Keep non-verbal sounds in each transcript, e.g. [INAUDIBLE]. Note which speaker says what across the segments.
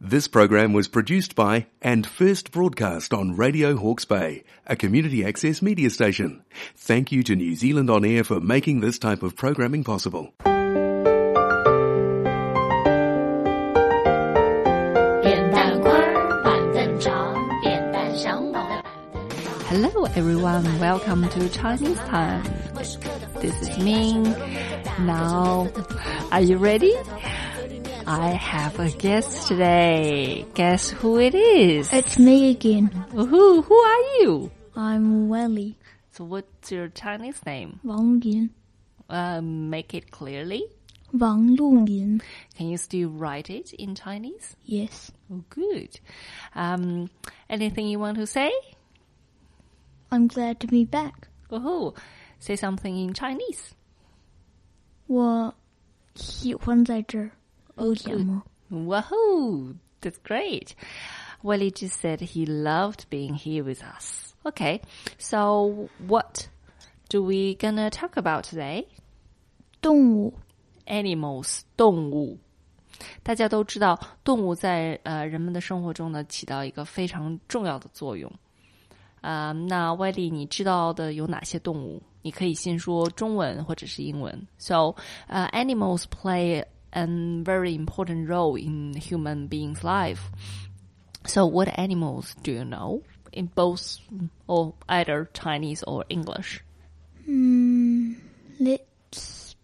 Speaker 1: This program was produced by and first broadcast on Radio Hawke's Bay, a community access media station. Thank you to New Zealand On Air for making this type of programming possible.
Speaker 2: Hello everyone, welcome to Chinese time. This is Ming. Now, are you ready? I have a guest today. Guess who it is?
Speaker 3: It's me again.
Speaker 2: Who who are you?
Speaker 3: I'm Welly
Speaker 2: So what's your Chinese name?
Speaker 3: Wang Yin.
Speaker 2: Uh, make it clearly.
Speaker 3: Wang Lu Yin.
Speaker 2: Can you still write it in Chinese?
Speaker 3: Yes.
Speaker 2: Oh, good. Um, anything you want to say?
Speaker 3: I'm glad to be back.
Speaker 2: Oh, say something in Chinese.
Speaker 3: 我喜欢在这儿。有点吗？
Speaker 2: Wahoo! That's great. Well, he just said he loved being here with us. Okay, so what do we gonna talk about today?
Speaker 3: 动物
Speaker 2: Animals，动物。大家都知道，动物在呃人们的生活中呢起到一个非常重要的作用。啊、那外力你知道的有哪些动物？你可以先说中文或者是英文。So, uh, animals play an very important role in human beings' life. So, what animals do you know in both or either Chinese or English?
Speaker 3: ，let's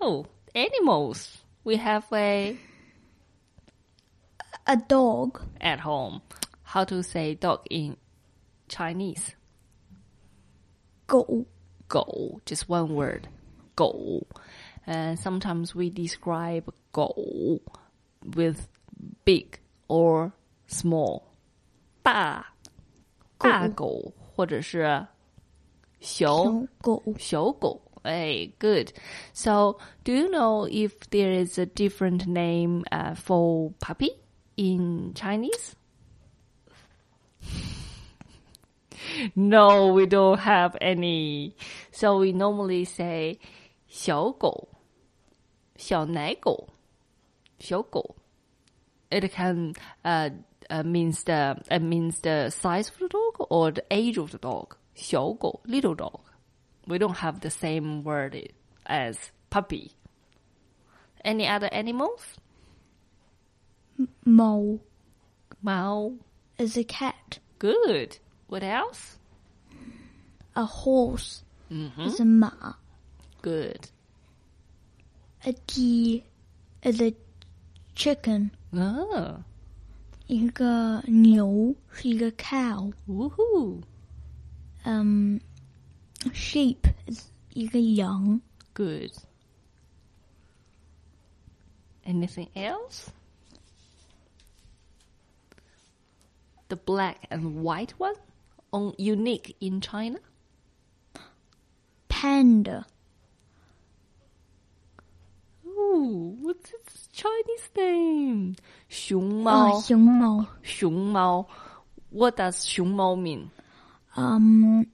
Speaker 2: Oh, animals. We have a
Speaker 3: a dog
Speaker 2: at home. How to say dog in Chinese?
Speaker 3: 狗
Speaker 2: Go, just one word. Go. And sometimes we describe go with big or small. 大大狗或者是小
Speaker 3: 小狗
Speaker 2: Hey, good. So, do you know if there is a different name uh, for puppy in Chinese? [LAUGHS] no, we don't have any. So we normally say 小狗,小奶狗,小狗. It can uh, uh, means the it means the size of the dog or the age of the dog. 小狗, little dog we don't have the same word as puppy. Any other animals?
Speaker 3: 猫
Speaker 2: Mao.
Speaker 3: is a cat.
Speaker 2: Good. What else?
Speaker 3: A horse is a 马。
Speaker 2: Good.
Speaker 3: A deer is a chicken.
Speaker 2: Ah,
Speaker 3: 一个牛是一个 cow。
Speaker 2: woohoo.
Speaker 3: 嗯，sheep 一个羊。
Speaker 2: Good. Anything else? The black and white one, on unique in China.
Speaker 3: panda
Speaker 2: Ooh, what's its Chinese name?
Speaker 3: 啊，
Speaker 2: 熊猫.
Speaker 3: 熊猫，
Speaker 2: 熊猫. What does 熊猫 mean?
Speaker 3: 嗯，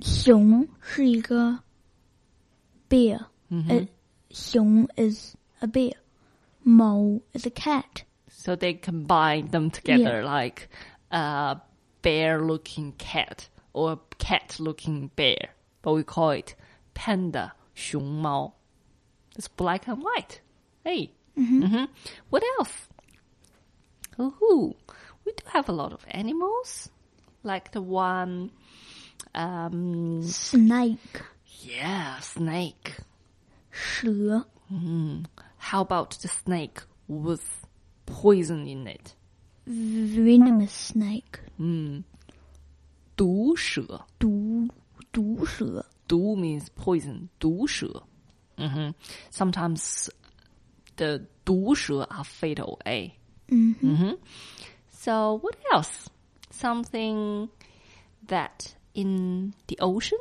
Speaker 3: 熊是一个 bear，呃，熊 is a bear，猫 is a cat，
Speaker 2: So they combine them together
Speaker 3: Yeah.
Speaker 2: like a bear-looking cat or cat-looking bear, but we call it panda 熊猫. It's black and white. Hey, Mhm. what else? Ooh, we do have a lot of animals, like the one, um,
Speaker 3: snake
Speaker 2: yeah, snake.
Speaker 3: 蛇
Speaker 2: How about the snake with poison in it?
Speaker 3: venomous snake
Speaker 2: 毒蛇。
Speaker 3: 毒毒蛇，
Speaker 2: 毒 means poison, 毒蛇. hmm Sometimes the 毒蛇 are fatal, eh? Mm-hmm. So what else? Something that in the ocean,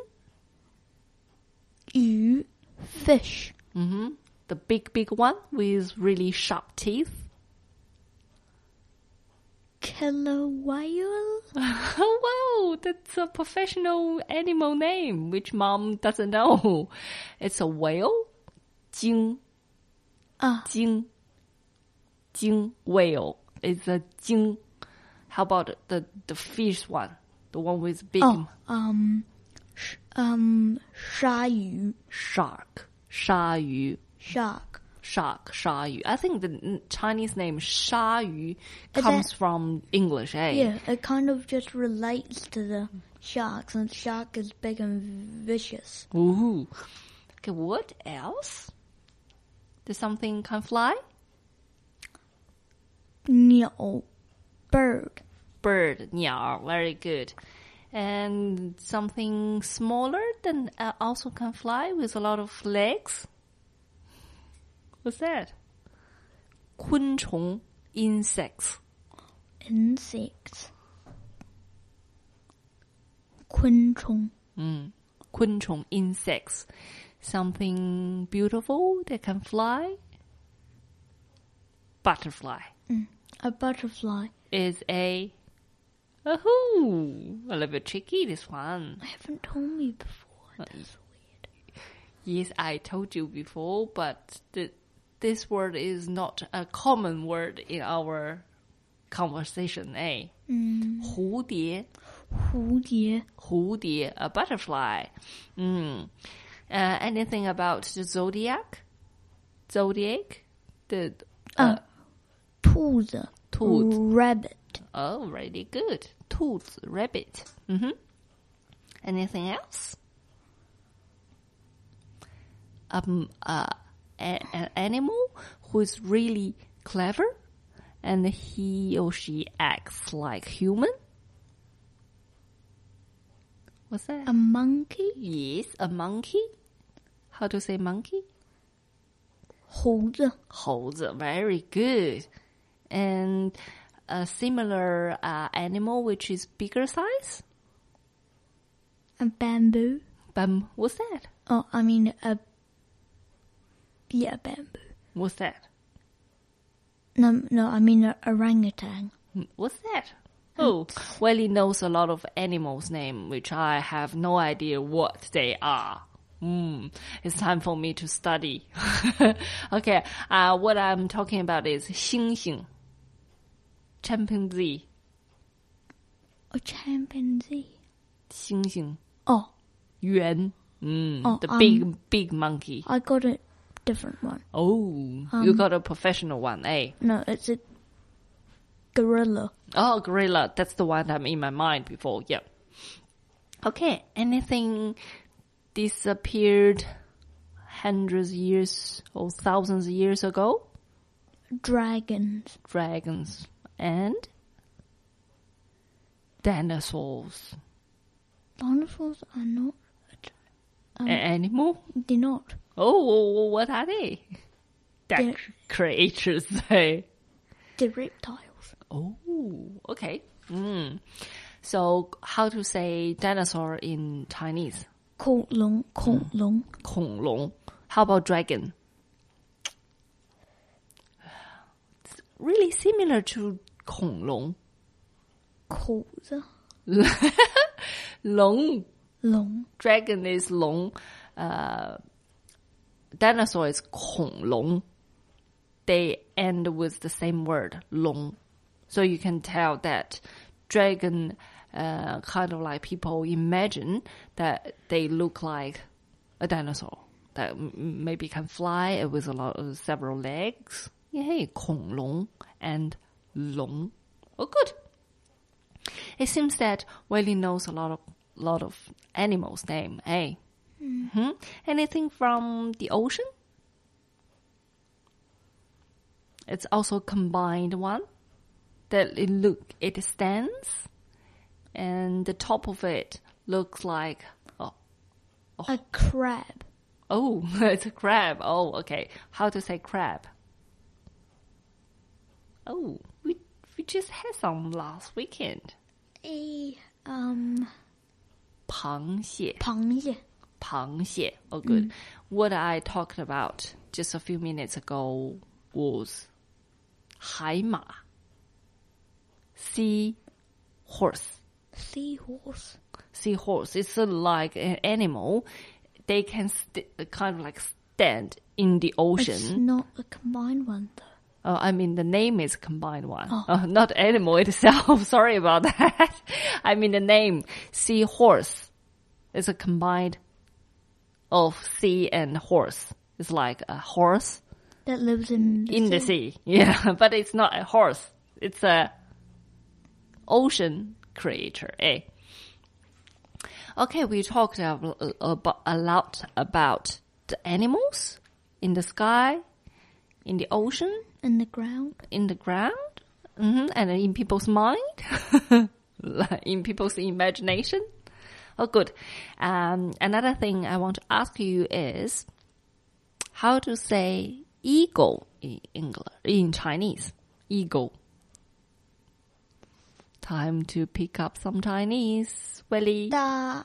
Speaker 3: 鱼 fish
Speaker 2: hmm the big, big one with really sharp teeth.
Speaker 3: killer whale
Speaker 2: Oh, Wow, that's a professional animal name, which mom doesn't know. It's a whale. 鲸。
Speaker 3: Ah.
Speaker 2: 鲸。鲸 whale is a 鲸。How about the the fish one, the one with big
Speaker 3: 哦，嗯，是嗯，鲨鱼
Speaker 2: shark 鲨鱼
Speaker 3: shark
Speaker 2: shark 鲨鱼？I think the Chinese name 鲨鱼 comes from English, eh?
Speaker 3: Yeah, it kind of just relates to the sharks, and shark is big and vicious.
Speaker 2: Ooh. Okay, what else? Does something can fly?
Speaker 3: 鸟，bird,
Speaker 2: Bird, 鸟, very good. And something smaller than uh, also can fly with a lot of legs? What's that? 昆虫 insects.
Speaker 3: insects，昆虫
Speaker 2: 昆虫 insects. Something beautiful that can fly? Butterfly
Speaker 3: ，a butterfly.
Speaker 2: is a Oh, a little bit tricky this one.
Speaker 3: I haven't told me before. That's weird.
Speaker 2: Yes, I told you before, but th this word is not a common word in our conversation, eh? 蝴蝶，
Speaker 3: 蝴蝶
Speaker 2: 蝴蝶，a butterfly. 嗯、呃 anything about the zodiac? Zodiac? The 呃、
Speaker 3: 兔子，
Speaker 2: 兔子
Speaker 3: rabbit，
Speaker 2: oh, really good. 兔子，rabbit. 嗯哼。Anything else? Um, uh, a, an animal who's really clever, and he or she acts like human. What's that?
Speaker 3: a monkey，
Speaker 2: yes, a monkey. How to say monkey?
Speaker 3: 猴子，
Speaker 2: 猴子, very good. And a similar uh, animal which is bigger size?
Speaker 3: a bamboo.
Speaker 2: Bam, what's that?
Speaker 3: Oh, I mean a yeah, bamboo.
Speaker 2: What's that?
Speaker 3: No, no, I mean a orangutan.
Speaker 2: What's that? Oh, well, he knows a lot of animals' name, which I have no idea what they are. Mm, it's time for me to study. [LAUGHS] okay, uh, what I'm talking about is 猩猩, chimpanzee,
Speaker 3: A chimpanzee.
Speaker 2: 猩猩,
Speaker 3: Oh,
Speaker 2: yuan, mm,
Speaker 3: Oh,
Speaker 2: the
Speaker 3: um,
Speaker 2: big, big monkey.
Speaker 3: I got a different one.
Speaker 2: Oh,
Speaker 3: um,
Speaker 2: you got a professional one, eh?
Speaker 3: No, it's a gorilla.
Speaker 2: Oh, gorilla. That's the one I'm in my mind before. Yeah. Okay. Anything disappeared hundreds years or thousands years ago?
Speaker 3: Dragons.
Speaker 2: Dragons and dinosaurs.
Speaker 3: Dinosaurs are not.
Speaker 2: An animal?
Speaker 3: They're not.
Speaker 2: Oh, oh, oh, what are they? That
Speaker 3: They're-
Speaker 2: creatures. [LAUGHS] They.
Speaker 3: They're reptiles.
Speaker 2: Oh, okay. Mm. So, how to say dinosaur in Chinese?
Speaker 3: 恐龙，恐
Speaker 2: Hmm.
Speaker 3: 龙，
Speaker 2: 恐龙。How about dragon? [SIGHS] It's really similar to 恐龙，
Speaker 3: 口子，
Speaker 2: 龙
Speaker 3: 龙，
Speaker 2: dragon is 龙，呃、d i n o s a u r is 恐龙。They end with the same word 龙，so you can tell that dragon, uh, kind of like people imagine that they look like a dinosaur that m- maybe can fly with a lot of several legs. Yay, 恐龙 and 龙. Oh, good. It seems that Wiley knows a lot of lot of animals' name. Eh? hmm Anything from the ocean? It's also combined one that it look it stands, and the top of it looks like oh
Speaker 3: a crab,
Speaker 2: oh [LAUGHS] it's a crab. Oh okay, how to say crab? Oh, we we just had some last weekend.
Speaker 3: a um
Speaker 2: 螃蟹。
Speaker 3: 螃蟹
Speaker 2: 螃蟹. Oh, good. What I talked about just a few minutes ago was 海马, sea horse.
Speaker 3: seahorse,
Speaker 2: Sea horse. It's uh, like an animal. They can st- kind of like stand in the
Speaker 3: It's
Speaker 2: ocean.
Speaker 3: not a combined one though.
Speaker 2: Oh, I mean, the name is combined one, oh, [LAUGHS] not animal itself. [LAUGHS] Sorry about that. [LAUGHS] I mean, the name seahorse is a combined of sea and horse. It's like a horse
Speaker 3: that lives in
Speaker 2: in the sea. [LAUGHS] Yeah, but it's not a horse. It's a ocean creature. Eh? Okay, we talked ab- about a lot about the animals in the sky, in the ocean,
Speaker 3: in the ground.
Speaker 2: in the ground, hmm and in people's mind, [LAUGHS] in people's imagination. Oh, good. Um, another thing I want to ask you is how to say eagle in English, in Chinese. Eagle. Time to pick up some Chinese, Willy.
Speaker 3: Da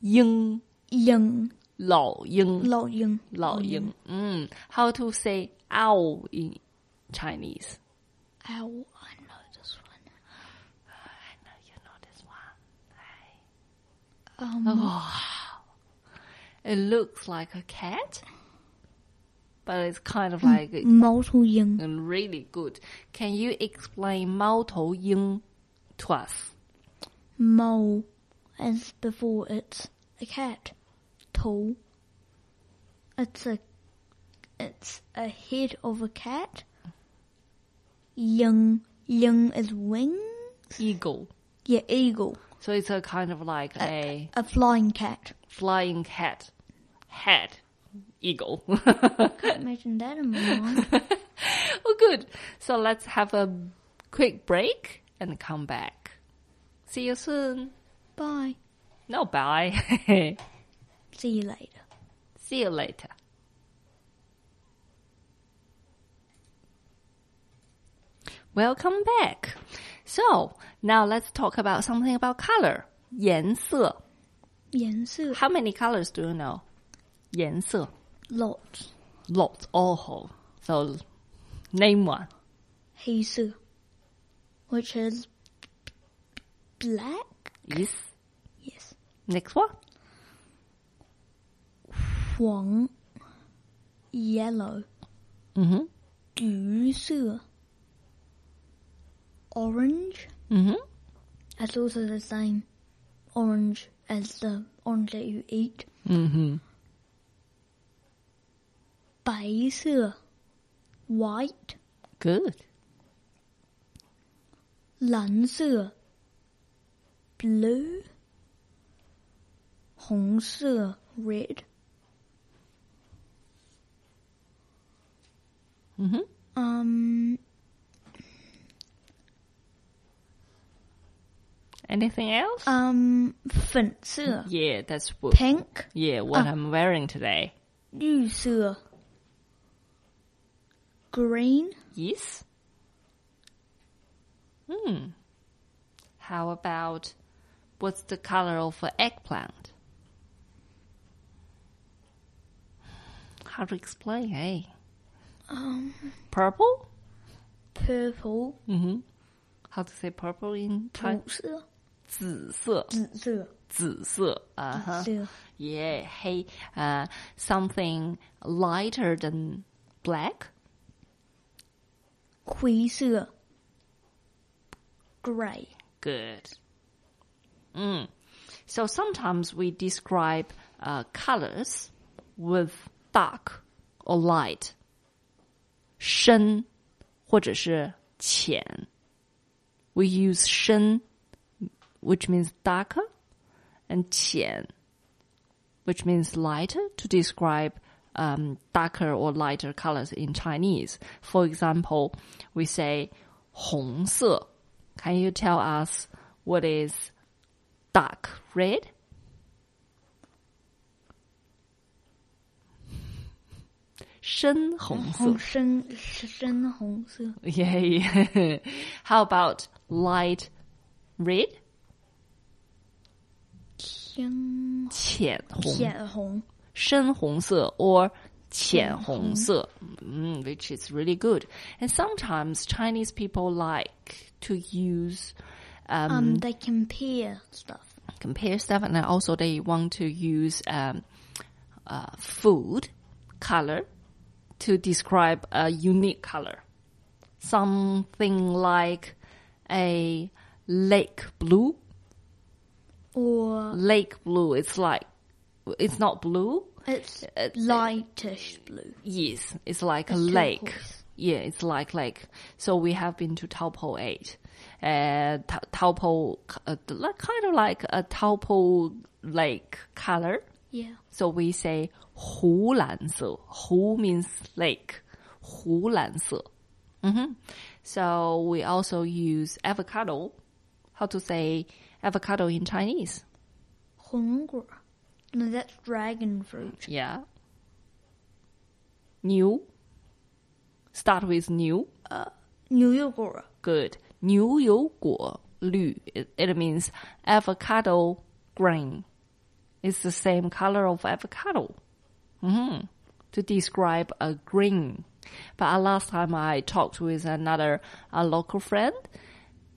Speaker 2: 鹰，
Speaker 3: young
Speaker 2: 老鹰，
Speaker 3: lao young
Speaker 2: 老鹰。嗯，How Mm. to say owl in Chinese?
Speaker 3: Ow, I know this one.
Speaker 2: You know this one. Oh,
Speaker 3: Um,
Speaker 2: It looks like a cat, but it's kind of like
Speaker 3: Mao Tu Ying.
Speaker 2: uh, really good. Can you explain Mao Tou Ying to us?
Speaker 3: Mao, as before, it's a cat. Tou. It's a, it's a head of a cat. Ying, ying is wing.
Speaker 2: Eagle.
Speaker 3: Yeah, eagle,
Speaker 2: So it's a kind of like a
Speaker 3: a flying cat.
Speaker 2: flying cat. Head. Eagle. [LAUGHS]
Speaker 3: Can't imagine that in my mind.
Speaker 2: oh, good. So let's have a quick break and come back. See you soon.
Speaker 3: Bye.
Speaker 2: No, bye. [LAUGHS]
Speaker 3: See you later.
Speaker 2: See you later. Welcome back. So now let's talk about something about color. 颜色.
Speaker 3: 颜色
Speaker 2: How many colors do you know? 颜色.
Speaker 3: lots
Speaker 2: Lots. Oh. So name one.
Speaker 3: 黑色 which is black.
Speaker 2: Yes.
Speaker 3: Yes.
Speaker 2: Next one.
Speaker 3: 黄 yellow.
Speaker 2: Mm-hmm.
Speaker 3: 橘色 orange.
Speaker 2: Mm-hmm.
Speaker 3: It's also the same orange as the orange that you eat.
Speaker 2: Mm-hmm.
Speaker 3: 白色 white.
Speaker 2: Good.
Speaker 3: 蓝色 blue，红色 red，
Speaker 2: Mm-hmm.
Speaker 3: 嗯、
Speaker 2: Anything else?
Speaker 3: Uh, 嗯、粉色
Speaker 2: yeah, that's what.
Speaker 3: Um, pink，
Speaker 2: Yeah, what
Speaker 3: Ah.
Speaker 2: I'm wearing today.
Speaker 3: 绿色 green，
Speaker 2: Yes. Hmm. How about what's the color of an eggplant? How to explain, eh? purple?
Speaker 3: purple，
Speaker 2: How to say purple in Chinese?
Speaker 3: 紫色
Speaker 2: 紫色,
Speaker 3: 紫色
Speaker 2: 紫色, uh-huh.
Speaker 3: 紫色
Speaker 2: Yeah, hey, uh, something lighter than black?
Speaker 3: 灰色 grey，
Speaker 2: Good. Mm. So sometimes we describe uh, colors with dark or light. 深或者是浅. We use 深, which means darker, and 浅, which means lighter, to describe um, darker or lighter colors in Chinese. For example, we say 红色. Can you tell us what is dark red? [LAUGHS]
Speaker 3: 红深深红色
Speaker 2: Yeah. [LAUGHS] How about light red?
Speaker 3: 天
Speaker 2: 浅红、深红色
Speaker 3: 浅红
Speaker 2: or 浅红色, mm, which is really good. And sometimes Chinese people like to use um,
Speaker 3: um they compare stuff
Speaker 2: compare stuff, and also they want to use um, uh, food color to describe a unique color. Something like a lake blue.
Speaker 3: Or
Speaker 2: Lake blue, it's like, it's not blue.
Speaker 3: it's lightish blue.
Speaker 2: Yes, it's like a
Speaker 3: It's
Speaker 2: lake.
Speaker 3: turquoise.
Speaker 2: Yeah, it's like lake. So we have been to Taupo 8. Uh, Ta- Taupo, uh, like- kind of like a Taupo lake color.
Speaker 3: Yeah.
Speaker 2: So we say 湖蓝色.湖 means lake. 湖蓝色. hmm So we also use avocado. How to say avocado in Chinese?
Speaker 3: Hunger. No, that's dragon fruit.
Speaker 2: Yeah. New. Start with new.
Speaker 3: New Yorker.
Speaker 2: Good. 牛油果绿. It, it means avocado green. It's the same color of avocado. Mhm. To describe a green. But uh, last time I talked with another a local friend,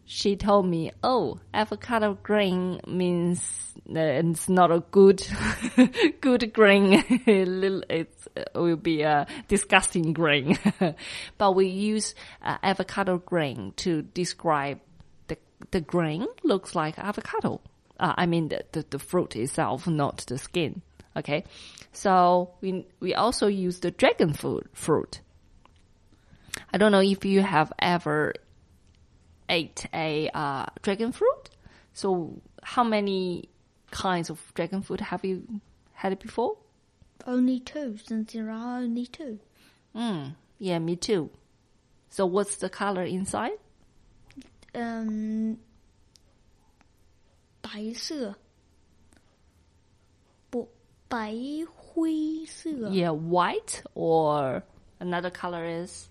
Speaker 2: she told me, "Oh, avocado green means uh, it's not a good, [LAUGHS] good [LAUGHS] green. it uh, will be a disgusting green." [LAUGHS] but we use uh, avocado green to describe the the green looks like avocado. Uh, I mean the, the the fruit itself, not the skin. Okay, so we we also use the dragon fruit fruit. I don't know if you have ever ate a uh, dragon fruit. So, how many kinds of dragon fruit have you had before?
Speaker 3: Only two, since there are only two.
Speaker 2: Mm, yeah, me too. So, what's the color inside?
Speaker 3: Um, 白色，不，白灰色。
Speaker 2: Yeah, white or another color is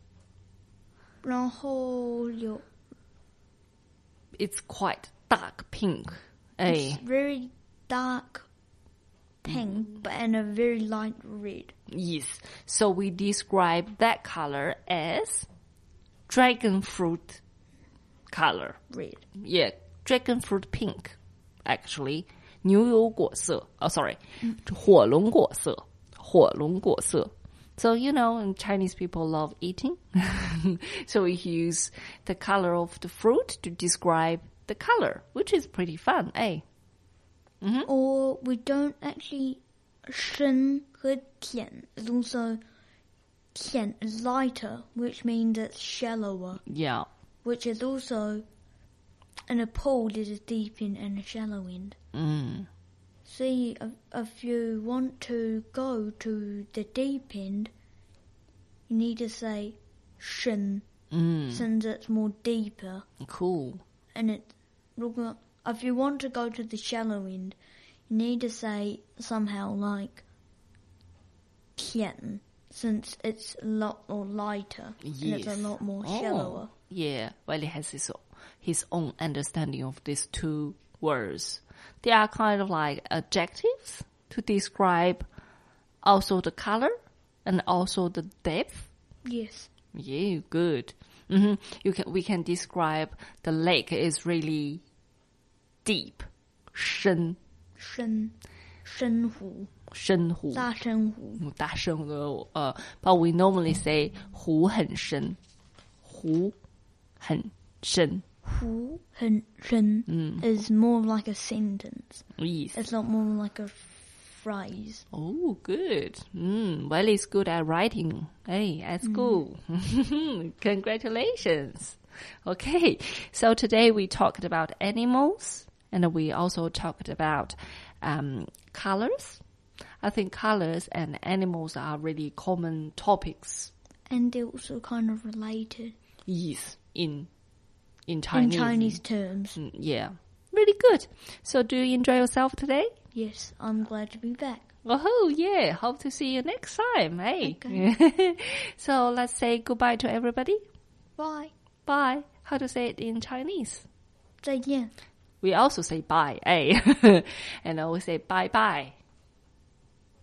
Speaker 3: 然后有
Speaker 2: it's quite dark pink. Eh,
Speaker 3: it's very dark pink, but and a very light red.
Speaker 2: yes. So we describe that color as dragon fruit color.
Speaker 3: Red.
Speaker 2: yeah, dragon fruit pink, actually. 牛油果色 oh sorry, 火龙果色，火龙果色。So you know, Chinese people love eating, [LAUGHS] so we use the color of the fruit to describe the color, which is pretty fun, eh?
Speaker 3: Or we don't actually. 深和浅 is also 浅 is lighter, which means it's shallower,
Speaker 2: Yeah,
Speaker 3: which is also in a pool there's a deep end and a shallow end.
Speaker 2: mm,
Speaker 3: See, if, if you want to go to the deep end, you need to say shin,
Speaker 2: mm,
Speaker 3: since it's more deeper.
Speaker 2: cool.
Speaker 3: And it, 如果- if you want to go to the shallow end, you need to say somehow like tian, since it's a lot more lighter and it's
Speaker 2: Yes.
Speaker 3: a lot more
Speaker 2: Oh,
Speaker 3: shallower.
Speaker 2: Yeah, well, he has his his own understanding of these two words. They are kind of like adjectives to describe also the color and also the depth.
Speaker 3: Yes.
Speaker 2: Yeah, good. hmm You can we can describe the lake is really deep, 深
Speaker 3: 深-深湖,
Speaker 2: 深湖
Speaker 3: 大深湖,
Speaker 2: 大深的呃，but Uh, we normally say 湖很深，湖很深。
Speaker 3: 湖很深
Speaker 2: Mm.
Speaker 3: is more like a sentence.
Speaker 2: Yes.
Speaker 3: It's not more like a phrase.
Speaker 2: Oh, good. Mm, well, it's good at writing. Hey, at school. [LAUGHS] Congratulations. Okay. So today we talked about animals and we also talked about, um, colors. I think colors and animals are really common topics.
Speaker 3: And they're also kind of related
Speaker 2: Yes. In, in Chinese.
Speaker 3: in Chinese terms.
Speaker 2: Mm, yeah. Really good. So do you enjoy yourself today?
Speaker 3: Yes, I'm glad to be back.
Speaker 2: Oh yeah, hope to see you next time. Hey. [LAUGHS] so let's say goodbye to everybody.
Speaker 3: Bye.
Speaker 2: Bye. How to say it in Chinese?
Speaker 3: 再见.
Speaker 2: We also say bye, eh? [LAUGHS] and I always say bye bye.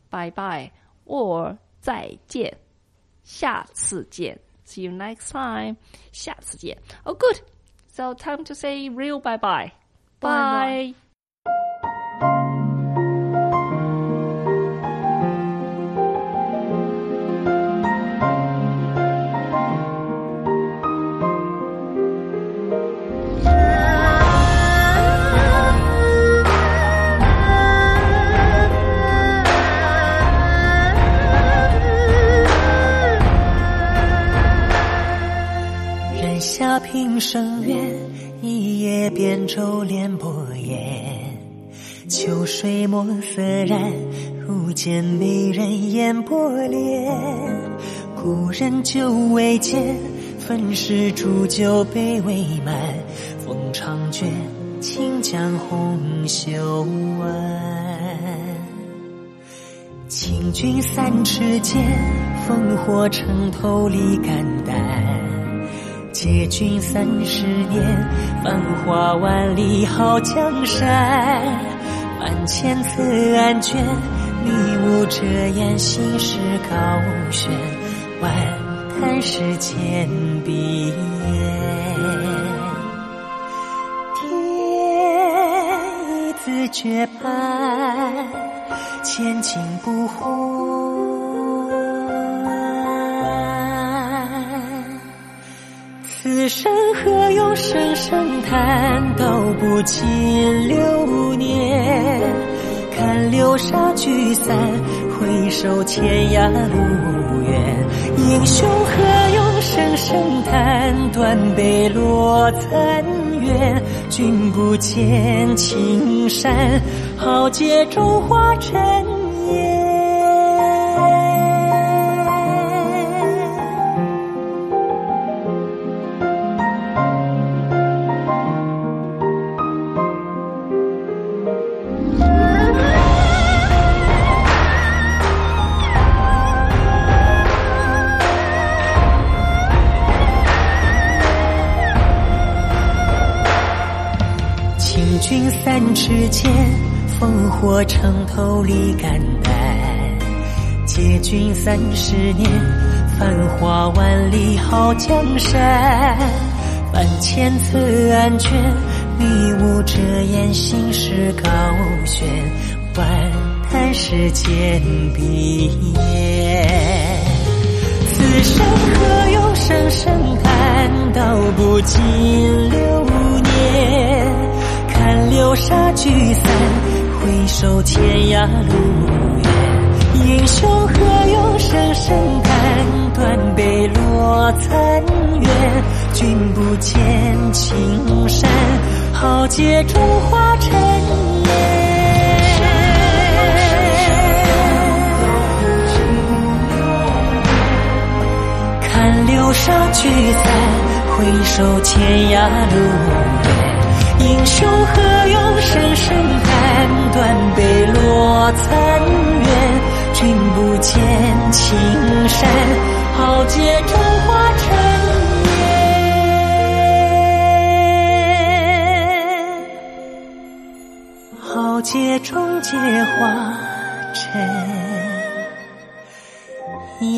Speaker 2: Bye bye. Or 再见.下次见. See you next time. 下次见. Oh good. So time to say real bye bye.
Speaker 3: Bye-bye.
Speaker 2: bye.
Speaker 4: 沙平生远，一夜扁舟恋波烟。秋水墨色染，如见美人眼波涟。故人旧未见，分是煮酒杯未满。风长卷，轻将红袖挽。清君三尺剑，烽火城头立肝胆。借君三十年，繁华万里好江山。万千策案卷，你我遮掩心事高悬。万叹世间闭眼。天自绝版，千金不换。此生何用生生叹，道不尽流年。看流沙聚散，回首天涯路远。英雄何用生生叹，断碑落残垣。君不见青山，豪杰中华尘烟。清君三尺剑，烽火城头立肝胆。借君三十年，繁华万里好江山。万千策案卷，迷雾遮掩心事高悬。万叹世间闭眼。此生何用生生叹，道不尽流年。看流沙聚散，回首天涯路远。英雄何用生生叹，断碑落残垣。君不见青山，豪杰中华尘烟。看流沙聚散，回首天涯路远。英雄何用生生叹，断碑落残垣。君不见青山，豪杰中华尘烟。豪杰中皆化尘烟。